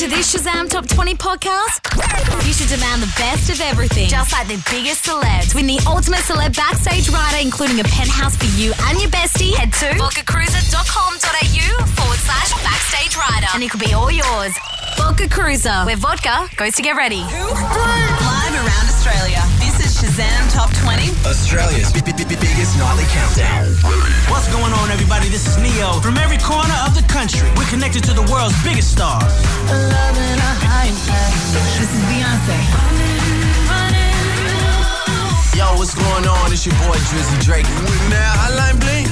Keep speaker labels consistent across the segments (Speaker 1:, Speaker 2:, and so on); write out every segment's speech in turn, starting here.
Speaker 1: to this Shazam Top 20 podcast? You should demand the best of everything, just like the biggest celebs. Win the ultimate celeb backstage rider, including a penthouse for you and your bestie. Head to vodkacruiser.com.au forward slash backstage rider, and it could be all yours. Vodka Cruiser, where vodka goes to get ready.
Speaker 2: Live around Australia, this is Shazam Top 20.
Speaker 3: Australia's b- b- b- biggest nightly countdown.
Speaker 4: What's going on, everybody? This is Neo. From every corner of the country, we're connected to the world's biggest stars.
Speaker 2: This is Beyonce.
Speaker 3: Yo, what's going on? It's your boy Drizzy Drake. With now, Hotline Bling.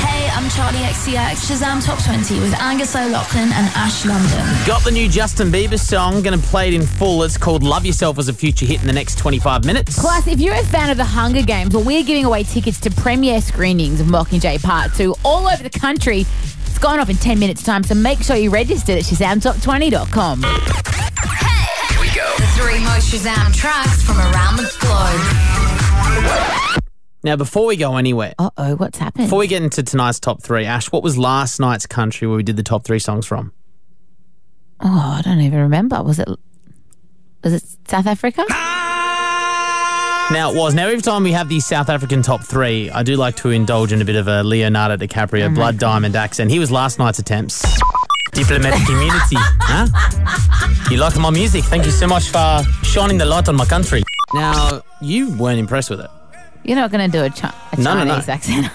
Speaker 5: Hey, I'm Charlie XCX, Shazam Top 20 with Angus O'Loughlin and Ash London.
Speaker 6: Got the new Justin Bieber song, gonna play it in full. It's called Love Yourself as a future hit in the next 25 minutes.
Speaker 7: Plus, if you're a fan of the Hunger Games, well, we're giving away tickets to premiere screenings of Mockingjay Part 2 all over the country. It's going off in 10 minutes' time, so make sure you register at shazamtop20.com.
Speaker 1: Here we go. The three most Shazam tracks from around the globe.
Speaker 6: Now, before we go anywhere,
Speaker 7: Uh oh, what's happened?
Speaker 6: before we get into tonight's top three, Ash, what was last night's country where we did the top three songs from?
Speaker 7: oh, I don't even remember. Was it. Was it South Africa?
Speaker 6: Now, it was. Now, every time we have the South African top three, I do like to indulge in a bit of a Leonardo
Speaker 7: Oh
Speaker 6: DiCaprio blood diamond accent. He was last night's attempts. Diplomatic community, huh? You like my music. Thank you so much for shining the light on my country. Now, you weren't impressed with it.
Speaker 7: You're not going to do a, chi- a
Speaker 6: No, no,
Speaker 7: Chinese
Speaker 6: no.
Speaker 7: accent.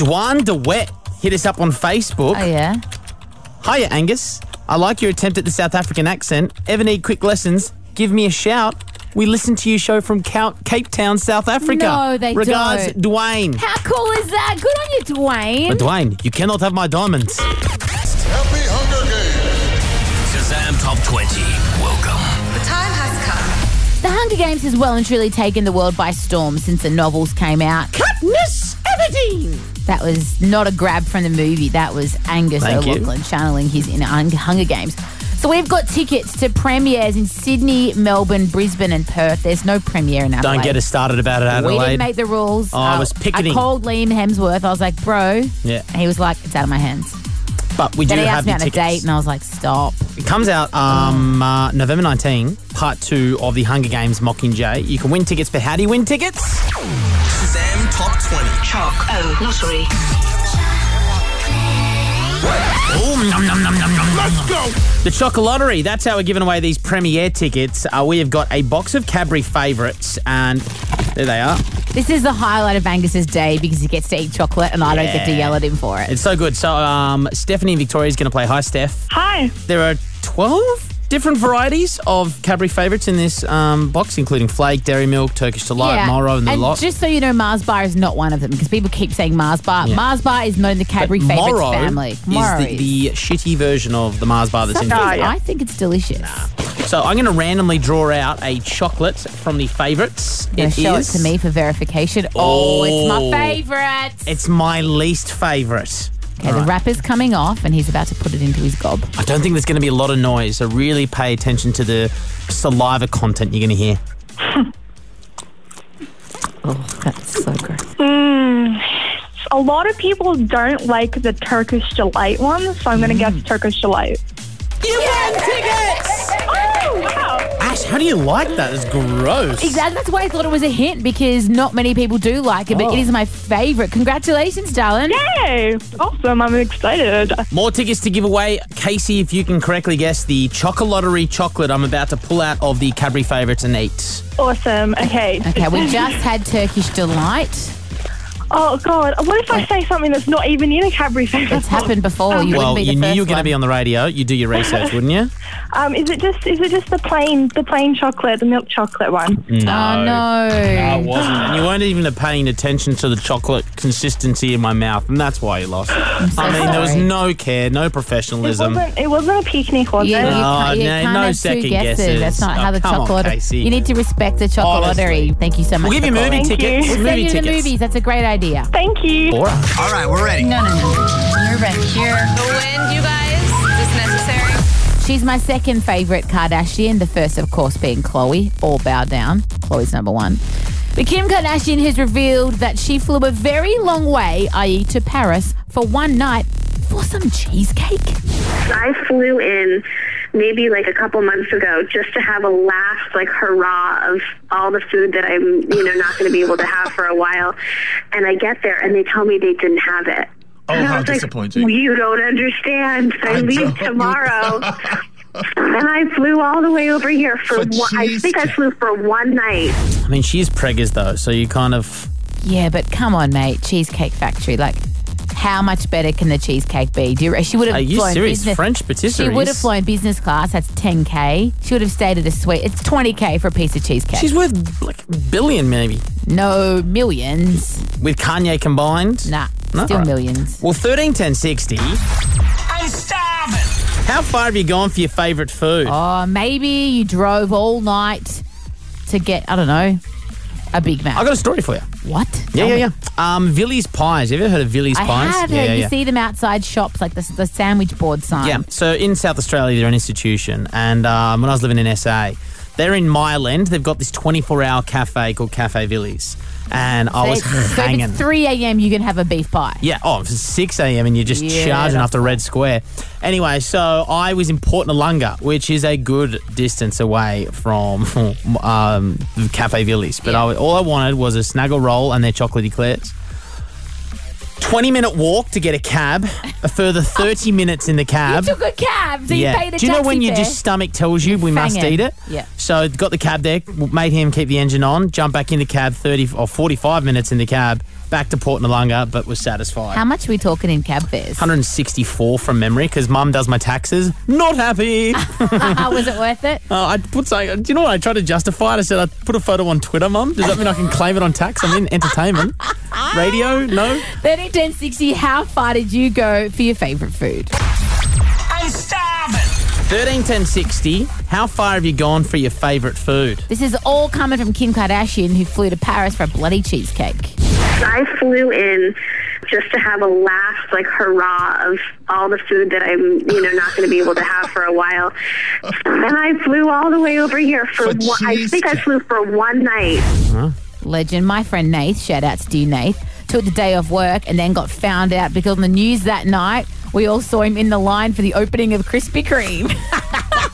Speaker 6: Dwan DeWet hit us up on Facebook.
Speaker 7: Oh, yeah.
Speaker 6: Hiya, Angus. I like your attempt at the South African accent. Ever need quick lessons? Give me a shout. We listen to your show from Cou- Cape Town, South Africa.
Speaker 7: No, they
Speaker 6: Regards,
Speaker 7: don't.
Speaker 6: Dwayne.
Speaker 7: How cool is that? Good on you, Dwayne.
Speaker 6: But Dwayne, you cannot have my diamonds.
Speaker 8: Happy Hunger Games.
Speaker 3: Shazam Top 20. Welcome.
Speaker 2: The time has come.
Speaker 7: The Hunger Games has well and truly taken the world by storm since the novels came out.
Speaker 6: Katniss Everdeen.
Speaker 7: That was not a grab from the movie. That was Angus
Speaker 6: Thank you.
Speaker 7: O'Loughlin channeling his inner Hung- Hunger Games. So we've got tickets to premieres in Sydney, Melbourne, Brisbane, and Perth. There's no premiere in Adelaide.
Speaker 6: Don't get us started about it,
Speaker 7: We
Speaker 6: Adelaide.
Speaker 7: didn't make the rules. Uh,
Speaker 6: Oh, I was picketing.
Speaker 7: I called Liam Hemsworth. I was like, bro.
Speaker 6: Yeah.
Speaker 7: And he was like, it's out of my hands.
Speaker 6: but we do
Speaker 7: Then he
Speaker 6: have
Speaker 7: asked me on
Speaker 6: your
Speaker 7: a date,
Speaker 6: tickets.
Speaker 7: Oh. and I was like, stop.
Speaker 6: It comes out um, uh, November 19, part two of the Hunger Games Mockingjay. You can win tickets, but how do you win tickets?
Speaker 3: Shazam Top 20.
Speaker 2: Chalk Oh, O Lottery.
Speaker 6: The Chocolattery, that's how we're giving away these premiere tickets. Uh, we have got a box of Cadbury favourites, and there they are.
Speaker 7: This is the highlight of Angus's day because he gets to eat chocolate, and I don't get to
Speaker 6: Yeah.
Speaker 7: yell at him for it.
Speaker 6: It's so good. So, um, Stephanie and Victoria is going to play. Hi, Steph.
Speaker 9: Hi.
Speaker 6: There are 12 different varieties of Cadbury favourites in this um, box, including flake, dairy milk, Turkish delight, Moro, and the lot.
Speaker 7: Just so you know, Mars Bar is not one of them because people keep saying Mars Bar.
Speaker 6: Yeah.
Speaker 7: Mars Bar is known in the Cadbury favourites
Speaker 6: Moro
Speaker 7: family.
Speaker 6: is
Speaker 7: Moro
Speaker 6: the, the shitty version of the Mars bar that's in
Speaker 7: Sometimes
Speaker 6: here.
Speaker 7: I think it's delicious.
Speaker 6: So I'm going to randomly draw out a chocolate from the favourites.
Speaker 7: Now
Speaker 6: It
Speaker 7: show
Speaker 6: is-
Speaker 7: it to me for verification. Oh, it's
Speaker 6: Oh.
Speaker 7: my favourite.
Speaker 6: It's my least favourite.
Speaker 7: Okay, the wrapper's coming off, and he's about to put it into his gob.
Speaker 6: I don't think there's going to be a lot of noise, so really pay attention to the saliva content you're going to hear.
Speaker 7: Oh, that's so gross.
Speaker 9: A lot of people don't like the Turkish delight one, so I'm going to guess Turkish delight.
Speaker 6: You win tickets!
Speaker 9: Oh, wow.
Speaker 6: Ash, how do you like that? It's gross.
Speaker 7: Exactly. That's why I thought it was a hint because not many people do like it, but
Speaker 6: Oh.
Speaker 7: it is my favourite. Congratulations, darling.
Speaker 9: Hey, awesome. I'm excited.
Speaker 6: More tickets to give away. Casey, if you can correctly guess the Chocolattery chocolate I'm about to pull out of the Cadbury favourites and eat.
Speaker 9: Awesome. Okay.
Speaker 7: Okay, we just had Turkish delight.
Speaker 9: Oh, God. What if I say something that's not even in a Cadbury favorite?
Speaker 7: It's happened before. You
Speaker 6: well,
Speaker 7: wouldn't be
Speaker 6: you
Speaker 7: the
Speaker 6: knew
Speaker 7: first
Speaker 6: you were going to be on the radio. You do your research, wouldn't you?
Speaker 9: Um, is it just is it just the plain the plain chocolate, the milk chocolate one?
Speaker 7: Oh
Speaker 6: No. I
Speaker 7: no.
Speaker 6: wasn't. And you weren't even paying attention to the chocolate consistency in my mouth, and that's why you lost. I mean, there was
Speaker 7: sorry.
Speaker 6: no care, no
Speaker 9: It
Speaker 6: professionalism.
Speaker 9: wasn't. It wasn't a picnic, was
Speaker 7: You, you
Speaker 9: it?
Speaker 6: No,
Speaker 7: can't, you
Speaker 6: Oh, no,
Speaker 7: can't
Speaker 6: no
Speaker 7: have
Speaker 6: second
Speaker 7: two guesses.
Speaker 6: guesses.
Speaker 7: That's not
Speaker 6: Oh,
Speaker 7: how the
Speaker 6: come on,
Speaker 7: chocolate.
Speaker 6: Casey.
Speaker 7: you need to respect the
Speaker 6: Honestly.
Speaker 7: chocolatery. Thank you so much.
Speaker 6: We'll give
Speaker 7: for
Speaker 6: you
Speaker 7: calling.
Speaker 6: movie
Speaker 9: Thank you.
Speaker 6: tickets.
Speaker 9: We'll
Speaker 7: Send
Speaker 6: movie
Speaker 7: you the
Speaker 6: tickets.
Speaker 7: movies. That's a great idea.
Speaker 9: Thank you.
Speaker 6: All right.
Speaker 3: All right, we're ready.
Speaker 5: No, no, no. You're back here.
Speaker 2: The wind, you guys. Is this necessary?
Speaker 7: She's my second favorite Kardashian. The first, of course, being Chloe. All bow down. Chloe's number one. But Kim Kardashian has revealed that she flew a very long way, i.e., to Paris, for one night for some cheesecake?
Speaker 10: I flew in maybe like a couple months ago just to have a last like hurrah of all the food that I'm, you know, not going to be able to have for a while. And I get there and they tell me they didn't have it.
Speaker 11: Oh,
Speaker 10: And I
Speaker 11: how
Speaker 10: was like,
Speaker 11: disappointing.
Speaker 10: you don't understand. I,
Speaker 11: I
Speaker 10: leave
Speaker 11: don't."
Speaker 10: tomorrow. and I flew all the way over here for, one, I think I flew for one night.
Speaker 6: I mean, she is preggers though, so you kind of.
Speaker 7: Yeah, but come on, mate. Cheesecake Factory. Like, how much better can the cheesecake be? Do you, she would have
Speaker 6: Are you
Speaker 7: flown
Speaker 6: serious?
Speaker 7: business.
Speaker 6: French patisseries?
Speaker 7: She would have flown business class. That's 10K. She would have stayed at a suite. It's 20K for a piece of cheesecake.
Speaker 6: She's worth like billion maybe.
Speaker 7: No, millions.
Speaker 6: With Kanye combined?
Speaker 7: Nah,
Speaker 6: No?
Speaker 7: still
Speaker 6: All right.
Speaker 7: millions.
Speaker 6: Well, 13, 10, 60.
Speaker 4: I'm starving.
Speaker 6: How far have you gone for your favourite food?
Speaker 7: Oh, maybe you drove all night to get, I don't know, a Big Mac.
Speaker 6: I got a story for you.
Speaker 7: What?
Speaker 6: Yeah,
Speaker 7: Tell
Speaker 6: yeah,
Speaker 7: me.
Speaker 6: yeah. Um, Villies Pies. You ever heard of Villies
Speaker 7: I
Speaker 6: Pies?
Speaker 7: have
Speaker 6: yeah,
Speaker 7: heard
Speaker 6: yeah,
Speaker 7: you
Speaker 6: yeah.
Speaker 7: see them outside shops, like the, the sandwich board sign.
Speaker 6: Yeah. Um, So in South Australia, they're an institution, and um, when I was living in SA, they're in Myland. They've got this 24-hour cafe called Cafe Villies, and I was
Speaker 7: so it's- so if
Speaker 6: hanging.
Speaker 7: it's 3 a.m., you can have a beef pie.
Speaker 6: Yeah, oh, it's 6 a.m. and you're just
Speaker 7: Yeah,
Speaker 6: charging
Speaker 7: that's
Speaker 6: after Red Square. Anyway, so I was in Port Nalunga, which is a good distance away from um, Cafe Villies. But I, all I wanted was a snaggle roll and their chocolate eclairs. 20 minute walk to get a cab, a further 30 minutes in the
Speaker 7: You
Speaker 6: cab.
Speaker 7: took a cab, so you paid the
Speaker 6: Do you know
Speaker 7: taxi
Speaker 6: when your
Speaker 7: fare?
Speaker 6: just stomach tells you we must
Speaker 7: Fang it.
Speaker 6: eat it?
Speaker 7: Yeah.
Speaker 6: So got the cab there, made him keep the engine on, jump back in the cab, 30 or 45 minutes in the cab, back to Port Nalunga, but was satisfied.
Speaker 7: How much are we talking in cab fares?
Speaker 6: 164 from memory because mum does my taxes. Not happy. uh,
Speaker 7: Was it worth it?
Speaker 6: I put something, do you know what? I tried to justify it. I said, I put a photo on Twitter, mum. Does that mean I can claim it on tax? I'm in entertainment. Radio? No.
Speaker 7: 30, 10, 60, how far did you go for your favourite food?
Speaker 4: I'm starving.
Speaker 6: 13, 10, 60. How far have you gone for your favourite food?
Speaker 7: This is all coming from Kim Kardashian, who flew to Paris for a bloody cheesecake.
Speaker 10: I flew in just to have a last like hurrah of all the food that I'm, you know, not going to be able to have for a while. And I flew all the way over here for,
Speaker 11: For
Speaker 10: one, I think I
Speaker 11: cheesecake.
Speaker 10: flew for one night.
Speaker 7: Legend, my friend Nath, shout outs to you, Nath, took the day off work and then got found out because on the news that night, we all saw him in the line for the opening of Krispy Kreme.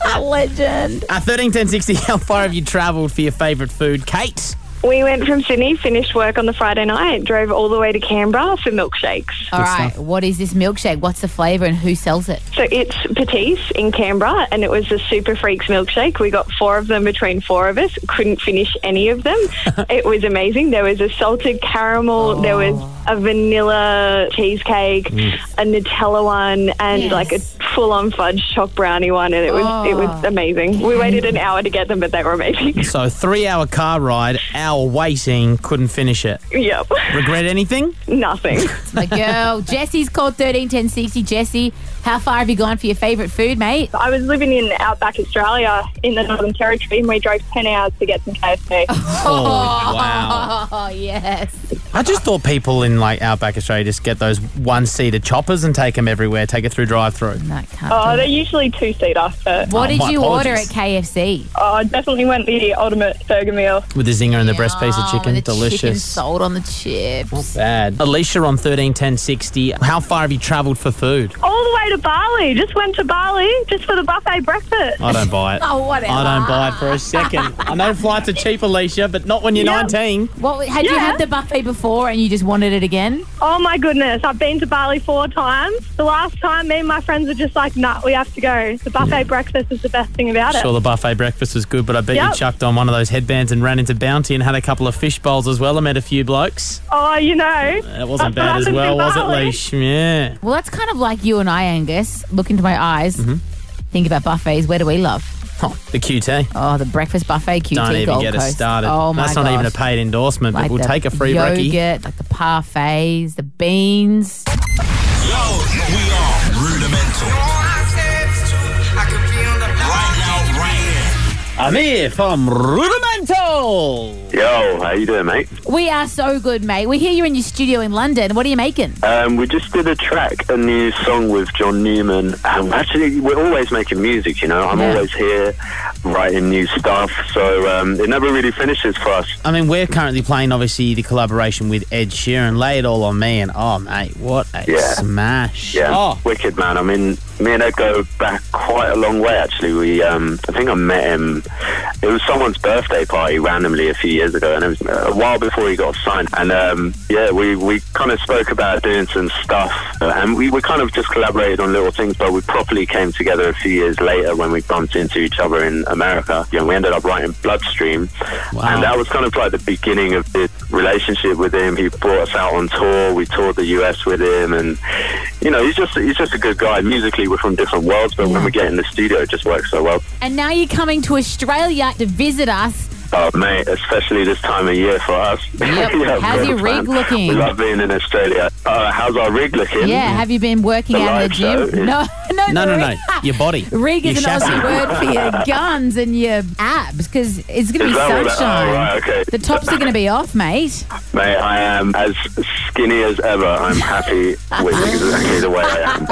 Speaker 7: Legend.
Speaker 6: Uh, 13, 10, 60. How far have you travelled for your favourite food? Kate?
Speaker 12: We went from Sydney, finished work on the Friday night, drove all the way to Canberra for milkshakes.
Speaker 7: All right, what is this milkshake? What's the flavour and who sells it?
Speaker 12: So it's Patisse in Canberra, and it was a Super Freaks milkshake. We got four of them between four of us. Couldn't finish any of them. it was amazing. There was a salted caramel, there was a vanilla cheesecake, a Nutella one, and
Speaker 7: Yes.
Speaker 12: like a full-on fudge choc brownie one, and it was it was amazing. We waited an hour to get them, but they were amazing.
Speaker 6: So, three hour car ride, hour waiting, couldn't finish it.
Speaker 12: yep,
Speaker 6: Regret anything?
Speaker 12: nothing.
Speaker 7: My girl, Jessie's called 131060. Jessie, how far have you gone for your favourite food, mate?
Speaker 13: I was living in outback Australia in the Northern Territory, and we drove ten hours to get some KFC.
Speaker 6: Oh, wow.
Speaker 7: Oh, yes.
Speaker 6: I just thought people in like outback Australia just get those one-seater choppers and take them everywhere, take it through drive-through.
Speaker 7: No, can't
Speaker 13: oh,
Speaker 7: do
Speaker 13: they're
Speaker 7: it.
Speaker 13: usually two seater, but
Speaker 7: What
Speaker 6: Oh,
Speaker 7: did
Speaker 6: my
Speaker 7: you order at
Speaker 6: apologies.
Speaker 7: KFC?
Speaker 13: oh, I definitely went the ultimate burger meal.
Speaker 6: with the zinger and the breast piece of
Speaker 7: Oh,
Speaker 6: chicken,
Speaker 7: the Chicken
Speaker 6: delicious.
Speaker 7: salt on the chips.
Speaker 6: Bad. Alicia on thirteen ten sixty. How far have you travelled for food?
Speaker 13: All the way to Bali. Just went to Bali just for the buffet breakfast.
Speaker 6: I don't buy it.
Speaker 7: Oh, whatever.
Speaker 6: I don't buy it for a second. I know flights are cheap, Alicia, but not when you're
Speaker 13: Yeah.
Speaker 6: 19.
Speaker 7: What had you
Speaker 13: Yeah.
Speaker 7: had the buffet before and you just wanted it again?
Speaker 13: Oh my goodness, I've been to Bali four times. The last time, me and my friends were just like, nah, we have to go. The buffet breakfast is the best thing about it.
Speaker 6: Sure, the buffet breakfast was good, but I bet you
Speaker 13: Yep.
Speaker 6: chucked on one of those headbands and ran into Bounty and had a couple of fish bowls as well. I met a few blokes.
Speaker 13: Oh, you know.
Speaker 6: That
Speaker 13: That's what
Speaker 6: wasn't bad as
Speaker 13: happens
Speaker 6: well,
Speaker 13: in
Speaker 6: was it,
Speaker 13: Bali.
Speaker 6: Leash? Yeah.
Speaker 7: Well, that's kind of like you and I, Angus. Look into my eyes. Think about buffets. Where do we love?
Speaker 6: Mm-hmm. Huh, the QT.
Speaker 7: Oh, the breakfast buffet, QT
Speaker 6: Don't even
Speaker 7: Gold
Speaker 6: get
Speaker 7: Coast.
Speaker 6: us started.
Speaker 7: Oh my
Speaker 6: That's not even a
Speaker 7: gosh.
Speaker 6: paid endorsement, but
Speaker 7: Like
Speaker 6: we'll
Speaker 7: the
Speaker 6: take a free
Speaker 7: yogurt,
Speaker 6: recce.
Speaker 7: like the parfaits, the beans.
Speaker 11: Yo, we are rudimental. Right now, right here.
Speaker 6: I'm here from Rudimental.
Speaker 7: Rudimental.
Speaker 14: Yo, how you doing, mate?
Speaker 7: We are so good, mate. We hear you in your studio in London. What are you making?
Speaker 14: Um, we just did a track, a new song with John Newman. Um, actually, we're always making music, you know. I'm always here writing new stuff, so um, it never really finishes for us.
Speaker 6: I mean, we're currently playing, obviously, the collaboration with Ed Sheeran. Lay it all on me, and oh, mate, what a
Speaker 14: Yeah.
Speaker 6: smash!
Speaker 14: Yeah,
Speaker 6: Oh,
Speaker 14: wicked man. I mean, me and Ed go back quite a long way. Actually, we um, I think I met him. It was someone's birthday party randomly a few years ago, and it was a while before he got signed. And um, yeah, we we kind of spoke about doing some stuff, uh, and we, we kind of just collaborated on little things. But we properly came together a few years later when we bumped into each other in America. You know, we ended up writing Bloodstream, and that was kind of like the beginning of the relationship with him. He brought us out on tour. We toured the US with him, and you know, he's just he's just a good guy. Musically, we're from different worlds, but when we get in the studio, it just works so well.
Speaker 7: And now you're coming to Australia to visit us.
Speaker 14: Oh, mate, especially this time of year for us.
Speaker 7: Yep.
Speaker 14: Yeah,
Speaker 7: How's
Speaker 14: we're
Speaker 7: your
Speaker 14: fine.
Speaker 7: rig looking?
Speaker 14: We love being in Australia. Uh, how's our rig looking?
Speaker 7: Yeah, have you been working
Speaker 14: The
Speaker 7: out in
Speaker 14: live
Speaker 7: the
Speaker 14: show
Speaker 7: gym?
Speaker 14: is-
Speaker 7: No, no,
Speaker 6: no, no,
Speaker 7: the
Speaker 6: no,
Speaker 7: rig-
Speaker 6: your body,
Speaker 7: Rig
Speaker 6: your
Speaker 7: is an
Speaker 6: chassis.
Speaker 7: Aussie word for your guns and your abs because it's going to be
Speaker 14: Is that what that- oh,
Speaker 7: sunshine.
Speaker 14: right, okay.
Speaker 7: The tops are going to be off, mate.
Speaker 14: Mate, I am as skinny as ever. I'm happy with exactly the way I am.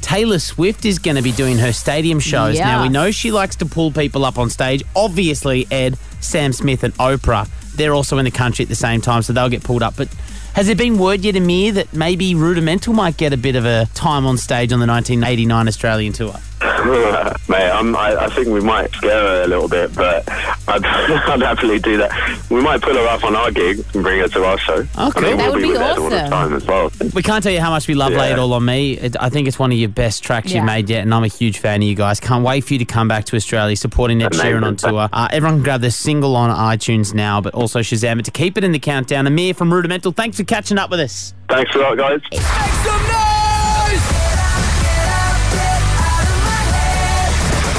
Speaker 6: Taylor Swift is going to be doing her stadium shows.
Speaker 14: Yeah.
Speaker 6: Now, we know she likes to pull people up on stage. Obviously, Ed, Sam Smith, and Oprah, they're also in the country at the same time, so they'll get pulled up. But has there been word yet, Amir, that maybe Rudimental might get a bit of a time on stage on the 1989 Australian tour?
Speaker 14: Mate, I'm, I, I think we might scare her a little bit, but I'd, I'd happily do that. We might pull her up on our gig and bring her to our show. Okay, I
Speaker 6: That
Speaker 14: mean, we'll
Speaker 6: would
Speaker 14: be,
Speaker 6: be
Speaker 14: with Ed all the
Speaker 6: awesome.
Speaker 14: time as well.
Speaker 6: We can't tell you how much we love
Speaker 14: Yeah.
Speaker 6: Lay It All On Me. It, I think it's one of your best tracks
Speaker 14: Yeah.
Speaker 6: you've made yet, and I'm a huge fan of you guys. Can't wait for you to come back to Australia supporting Ed
Speaker 14: Amazing.
Speaker 6: Sheeran on tour. Uh, everyone can grab their single on iTunes now, but also Shazam it to keep it in the countdown. Amir from Rudimental, thanks for catching up with us.
Speaker 14: Thanks a lot, guys.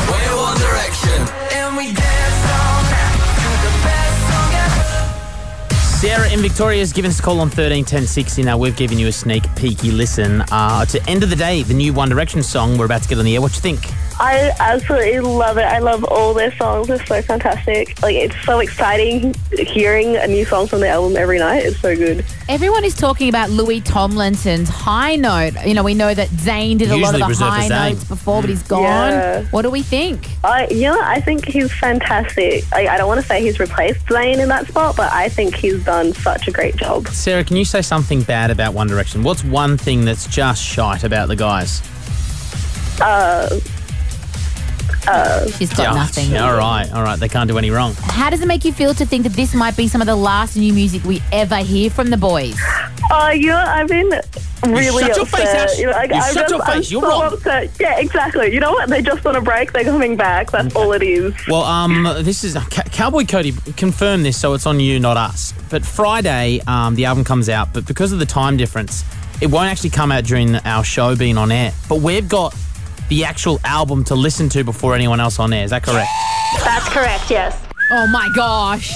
Speaker 3: We're One Direction. And we dance all night to the best song ever.
Speaker 6: Sarah in Victoria has given us a call on 131060. Now, we've given you a sneak peeky listen uh, to End of the Day, the new One Direction song we're about to get on the air. What you think?
Speaker 15: I absolutely love it. I love all their songs. They're so fantastic. Like it's so exciting hearing a new song from the album every night. It's so good.
Speaker 7: Everyone is talking about Louis Tomlinson's high note. You know, we know that Zayn did a lot
Speaker 15: Usually
Speaker 7: of the
Speaker 15: reserved for
Speaker 7: high
Speaker 15: Zayn.
Speaker 7: notes before, but he's gone.
Speaker 15: Yeah.
Speaker 7: What do we think?
Speaker 15: I yeah, I think he's fantastic. I, I don't want to say he's replaced Zayn in that spot, but I think he's done such a great job.
Speaker 6: Sarah, can you say something bad about One Direction? What's one thing that's just shite about the guys?
Speaker 15: Uh,
Speaker 7: uh, She's got
Speaker 6: Yeah.
Speaker 7: nothing.
Speaker 6: All right, all right. They can't do any wrong.
Speaker 7: How does it make you feel to think that this might be some of the last new music we ever hear from the boys?
Speaker 15: Oh, you know, I've been really
Speaker 7: shut your
Speaker 15: upset.
Speaker 7: face, Ash.
Speaker 15: You know, like,
Speaker 7: You
Speaker 15: I'm
Speaker 7: shut
Speaker 15: just-
Speaker 7: your face.
Speaker 15: I'm
Speaker 7: You're
Speaker 15: so
Speaker 6: wrong.
Speaker 15: upset. Yeah, exactly. You know what? They're just on a break. They're coming back. That's all it is.
Speaker 6: Well, um, this is Ca- Cowboy Cody confirmed this, so it's on you, not us. But Friday, um, the album comes out, but because of the time difference, it won't actually come out during our show being on air. But we've got the actual album to listen to before anyone else on air. Is that correct?
Speaker 15: That's correct. Yes.
Speaker 7: Oh my gosh.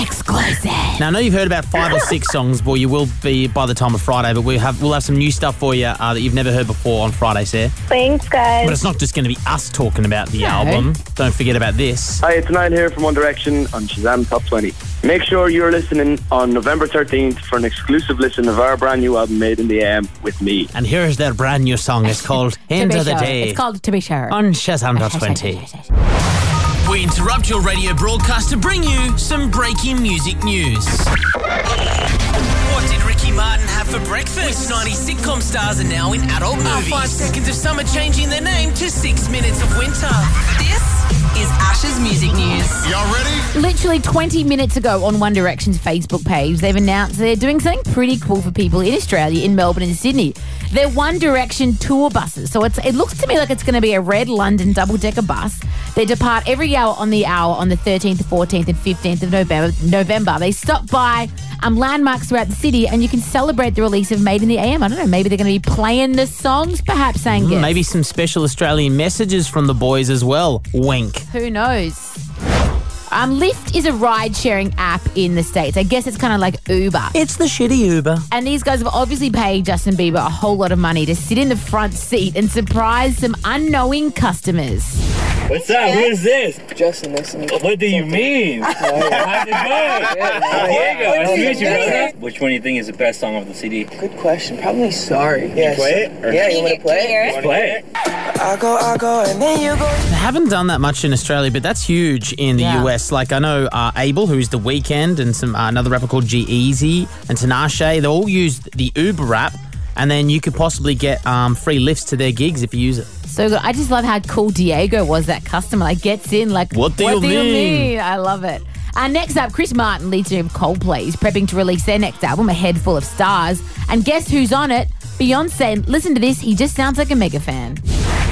Speaker 7: Exclusive.
Speaker 6: Now I know you've heard about five or six songs, but you will be by the time of Friday. But we have we'll have some new stuff for you uh, that you've never heard before on Friday, Sarah.
Speaker 15: Thanks, guys.
Speaker 6: But it's not just going to be us talking about the album. Don't forget about this.
Speaker 16: Hi, it's Nine here from One Direction on Shazam Top 20. Make sure you're listening on November 13th for an exclusive listen of our brand new album, Made in the AM, with me.
Speaker 6: And here is their brand new song. It's called End
Speaker 7: To be
Speaker 6: of the
Speaker 7: sure.
Speaker 6: Day.
Speaker 7: It's called To Be Sure.
Speaker 6: on Shazam dot 20.
Speaker 4: We interrupt your radio broadcast to bring you some breaking music news. What did Ricky Martin have for breakfast? Which 90s sitcom stars are now in adult movies. Our five seconds of summer changing their name to six minutes of winter.
Speaker 2: This is Ash's music news. Y'all ready?
Speaker 7: Literally 20 minutes ago on One Direction's Facebook page, they've announced they're doing something pretty cool for people in Australia, in Melbourne and Sydney. They're One Direction tour buses. So it's, it looks to me like it's going to be a red London double decker bus. They depart every hour on the hour on the 13th, 14th, and 15th of November. November. They stop by um, landmarks throughout the city and you can celebrate the release of Made in the AM. I don't know, maybe they're going to be playing the songs, perhaps, Angus.
Speaker 6: Mm, Maybe some special Australian messages from the boys as well. Wink.
Speaker 7: Who knows? Um, Lyft is a ride sharing app in the States. I guess it's kind of like Uber.
Speaker 6: It's the shitty Uber.
Speaker 7: And these guys have obviously paid Justin Bieber a whole lot of money to sit in the front seat and surprise some unknowing customers.
Speaker 17: What's up? Who is this? Justin, listening. What do you mean? How's it going? Diego, nice to meet you, brother. Which one do you think is the best song of the CD? Good question. Probably Sorry.
Speaker 18: Yes. Yeah, you want to play it?
Speaker 17: Let's play it.
Speaker 3: I go, I go, and then you go.
Speaker 6: They haven't done that much in Australia, but that's huge in the
Speaker 3: Yeah.
Speaker 6: US. Like I know uh, Abel, who's the Weekend, and some uh, another rapper called G Easy and Tinashe. They all used the Uber app, and then you could possibly get um, free lifts to their gigs if you use it.
Speaker 7: So good. I just love how cool Diego was, that customer. Like, gets in, like,
Speaker 6: What do you mean?"
Speaker 7: I love it. And next up, Chris Martin, leads of Coldplay, is prepping to release their next album, A Head Full of Stars. And guess who's on it? Beyonce. And Listen to this. He just sounds like a mega fan.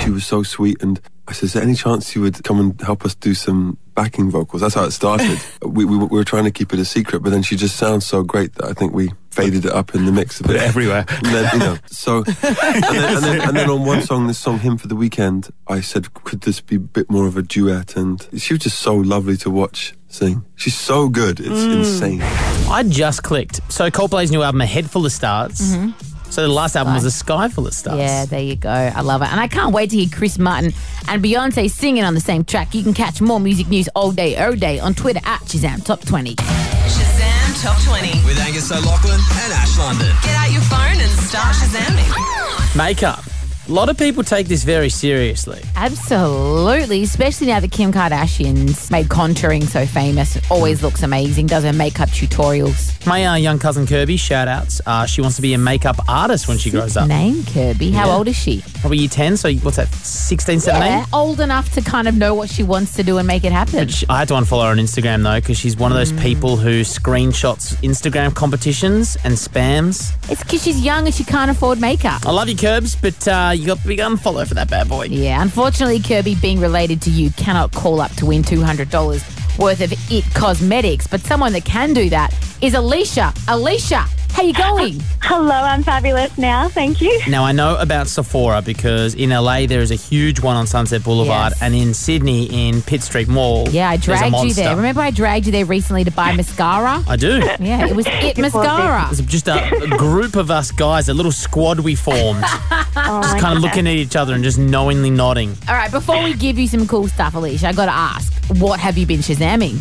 Speaker 19: She was so sweet, and I said, "Is there any chance you would come and help us do some backing vocals?" That's how it started. we, we, were- we were trying to keep it a secret, but then she just sounds so great that I think we faded it up in the mix a bit everywhere. And then, you know, so and then, and, then, and then on one song, this song "Him for the Weekend," I said, "Could this be a bit more of a duet?" And she was just so lovely to watch sing. She's so good; it's
Speaker 6: Mm.
Speaker 19: insane.
Speaker 6: I just clicked. So Coldplay's new album, A Head Full of Stars.
Speaker 7: Mhm.
Speaker 6: So the last album was A Sky Full of Stars.
Speaker 7: Yeah, there you go. I love it. And I can't wait to hear Chris Martin and Beyonce singing on the same track. You can catch more music news all day, all day on Twitter at Shazam Top 20.
Speaker 2: Shazam Top 20.
Speaker 4: With Angus O'Loughlin and Ash London.
Speaker 2: Get out your phone and start Shazamming.
Speaker 6: Makeup. A lot of people take this very seriously.
Speaker 7: Absolutely, especially now that Kim Kardashian's made contouring so famous. Always looks amazing, does her makeup tutorials.
Speaker 6: My uh, young cousin Kirby, shout outs. Uh, she wants to be a makeup artist when she grows up.
Speaker 7: Name Kirby. How old is she?
Speaker 6: Probably year 10, so what's that, 16, 17?
Speaker 7: Yeah, old enough to kind of know what she wants to do and make it happen.
Speaker 6: She- I had to unfollow her on Instagram though, because she's one of
Speaker 7: Mm.
Speaker 6: those people who screenshots Instagram competitions and spams.
Speaker 7: It's because she's young and she can't afford makeup.
Speaker 6: I love you, Curbs, but uh, you got big unfollow for that bad boy.
Speaker 7: Yeah, unfortunately, Kirby, being related to you, cannot call up to win $200 worth of IT cosmetics, but someone that can do that is Alicia. Alicia, how you going?
Speaker 20: Hello, I'm fabulous now. Thank you.
Speaker 6: Now I know about Sephora because in LA there is a huge one on Sunset Boulevard, and in Sydney in Pitt Street Mall. Yeah,
Speaker 7: I dragged you there. Remember, I dragged you there recently to buy mascara?
Speaker 6: I do.
Speaker 7: Yeah, it was it mascara.
Speaker 6: It's just a, a group of us guys, a little squad we formed,
Speaker 20: Oh
Speaker 6: just kind of looking at each other and just knowingly nodding.
Speaker 7: All right, before we give you some cool stuff, Alicia, I got to ask, what have you been shazamming?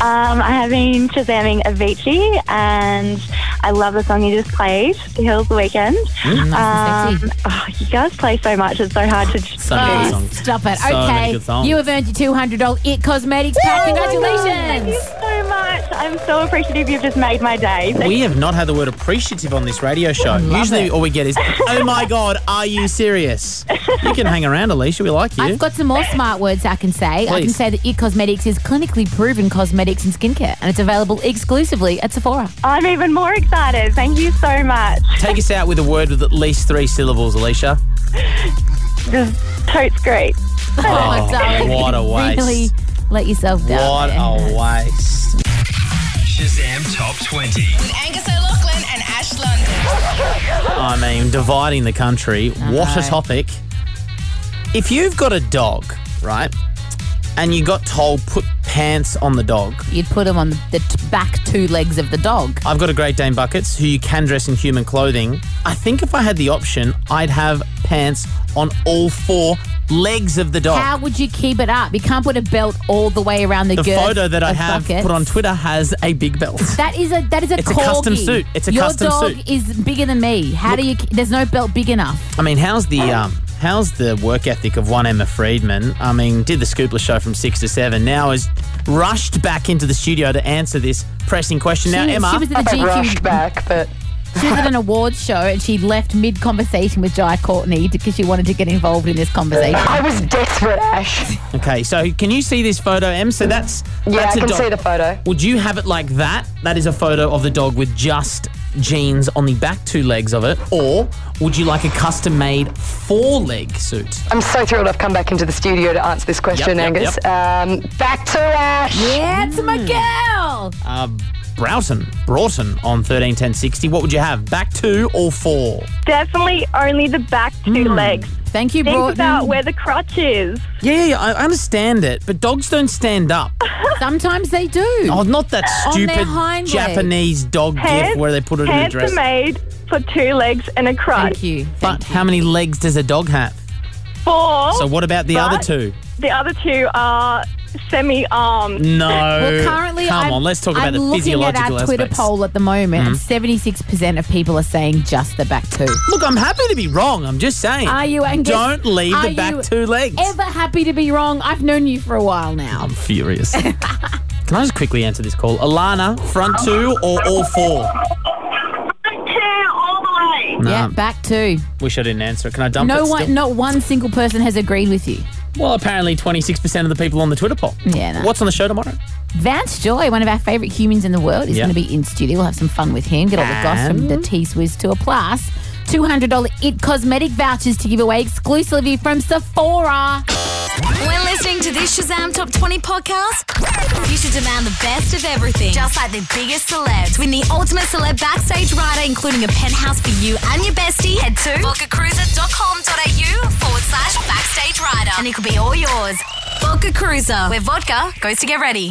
Speaker 20: Um, I have been shazamming Avicii, and I love the song you just played, "The Hills the Weekend."
Speaker 7: Mm. Nice
Speaker 20: Um, oh, you guys play so much; it's so hard to.
Speaker 6: So many good songs.
Speaker 7: Uh, Stop it.
Speaker 20: So
Speaker 7: okay,
Speaker 20: many good songs.
Speaker 7: you have earned your $200 IT cosmetics pack.
Speaker 20: Oh my God,
Speaker 7: Congratulations!
Speaker 20: Thank you so much. I'm so appreciative. You've just made my day. Thank
Speaker 6: We have not had the word appreciative on this radio show. Usually, all we get is, "Oh my God, are you serious?" You can hang around, Alicia. We like you.
Speaker 7: I've got some more smart words I can say. I can
Speaker 6: Please.
Speaker 7: say that It Cosmetics is clinically proven cosmetics and skincare, and it's available exclusively at Sephora.
Speaker 6: Oh,
Speaker 20: I'm even more excited. Thank you so much.
Speaker 6: Take us out with a word with at least three syllables, Alicia.
Speaker 20: This is totes great.
Speaker 6: Oh, what a waste.
Speaker 7: Really let yourself down.
Speaker 6: What a waste.
Speaker 4: Shazam Top 20.
Speaker 2: With Angus O'Loughlin and Ash London.
Speaker 6: I mean, dividing the country. what a
Speaker 2: know.
Speaker 6: topic. If you've got a dog, right, and you got told put pants on the dog,
Speaker 7: You'd put them on the, the t- back two legs of the dog.
Speaker 6: I've got a Great Dane Buckets who you can dress in human clothing. I think if I had the option, I'd have pants on all four legs of the dog.
Speaker 7: How would you keep it up? You can't put a belt all the way around the,
Speaker 6: the
Speaker 7: girth
Speaker 6: photo that I
Speaker 7: of
Speaker 6: have
Speaker 7: buckets.
Speaker 6: put on Twitter has a big belt.
Speaker 7: That is a that is a
Speaker 6: It's a custom
Speaker 7: corgi.
Speaker 6: suit. It's a
Speaker 7: Your
Speaker 6: custom
Speaker 7: dog
Speaker 6: suit.
Speaker 7: is bigger than me. How do you? There's no belt big enough.
Speaker 6: I mean, how's the um, how's the work ethic of one Emma Friedman? I mean, did the Scoopler show from six to seven. Now is rushed back into the studio to answer this pressing question. now,
Speaker 7: she,
Speaker 6: Emma,
Speaker 7: she was at the GQ back, but she was at an awards show and she left mid conversation with Jai Courtney because she wanted to get involved in this conversation. I was desperate, Ash.
Speaker 6: Okay, so can you see this photo, Em? So that's
Speaker 21: Yeah,
Speaker 6: that's
Speaker 21: I
Speaker 6: a
Speaker 21: can
Speaker 6: dog.
Speaker 21: see the photo.
Speaker 6: Would you have it like that? That is a photo of the dog with just jeans on the back two legs of it, or would you like a custom made four leg suit?
Speaker 21: I'm so thrilled I've come back into the studio to answer this question,
Speaker 6: yep,
Speaker 21: Angus.
Speaker 6: yep.
Speaker 21: Um, back to uh, Ash.
Speaker 7: Yeah, to
Speaker 6: Hmm.
Speaker 7: my girl.
Speaker 6: Uh, Broughton, Broughton on thirteen ten sixty. What would you have? Back two or four?
Speaker 20: Definitely only the back two
Speaker 6: Hmm.
Speaker 20: legs.
Speaker 7: Thank you,
Speaker 20: Think
Speaker 6: Broughton.
Speaker 20: about where the crotch is.
Speaker 6: Yeah, yeah, yeah, I understand it, but dogs don't stand up.
Speaker 7: Sometimes they do. Oh,
Speaker 6: not that
Speaker 20: On
Speaker 6: Stupid
Speaker 20: their hind leg.
Speaker 6: Japanese dog gift
Speaker 20: Pants-
Speaker 6: where they put it in a
Speaker 20: pants
Speaker 6: dress.
Speaker 20: are made for two legs and a crotch.
Speaker 7: Thank you.
Speaker 6: But how many legs does a dog have?
Speaker 9: four.
Speaker 7: Oh,
Speaker 6: So what about the
Speaker 9: but
Speaker 6: other two?
Speaker 9: The other two are semi-armed.
Speaker 6: No.
Speaker 7: Well, currently,
Speaker 6: come
Speaker 7: I'm,
Speaker 6: on, let's talk about
Speaker 7: I'm
Speaker 6: the
Speaker 7: looking
Speaker 6: physiological
Speaker 7: at our Twitter
Speaker 6: aspects.
Speaker 7: poll at the moment,
Speaker 6: Mhm.
Speaker 7: and 76% of people are saying just the back two.
Speaker 6: Look, I'm happy to be wrong. I'm just saying.
Speaker 7: Are you anxious?
Speaker 6: Don't leave
Speaker 7: Are
Speaker 6: the back
Speaker 7: you
Speaker 6: two legs.
Speaker 7: Ever happy to be wrong? I've known you for a while now.
Speaker 6: Furious. Can I just quickly answer this call? Alana, front two or all four? No.
Speaker 7: Yeah, back two.
Speaker 6: Wish I didn't answer it. Can I dump
Speaker 7: no
Speaker 6: it?
Speaker 7: one,
Speaker 6: still?
Speaker 7: not one single person has agreed with you.
Speaker 6: Well, apparently 26% of the people on the Twitter poll.
Speaker 7: Yeah, no.
Speaker 6: What's on the show tomorrow?
Speaker 7: Vance Joy, one of our favourite humans in the world, is
Speaker 6: Yeah.
Speaker 7: going to be in studio. We'll have some fun with him. Get all the goss from the T Swizz to a plus. $200 IT cosmetic vouchers to give away exclusively from Sephora.
Speaker 2: When listening to this Shazam Top 20 podcast, you should demand the best of everything, just like the biggest celebs. Win the ultimate celeb backstage rider, including a penthouse for you and your bestie. Head to vodkacruiser.com.au forward slash backstage rider, and it could be all yours. Vodka Cruiser, where vodka goes to get ready.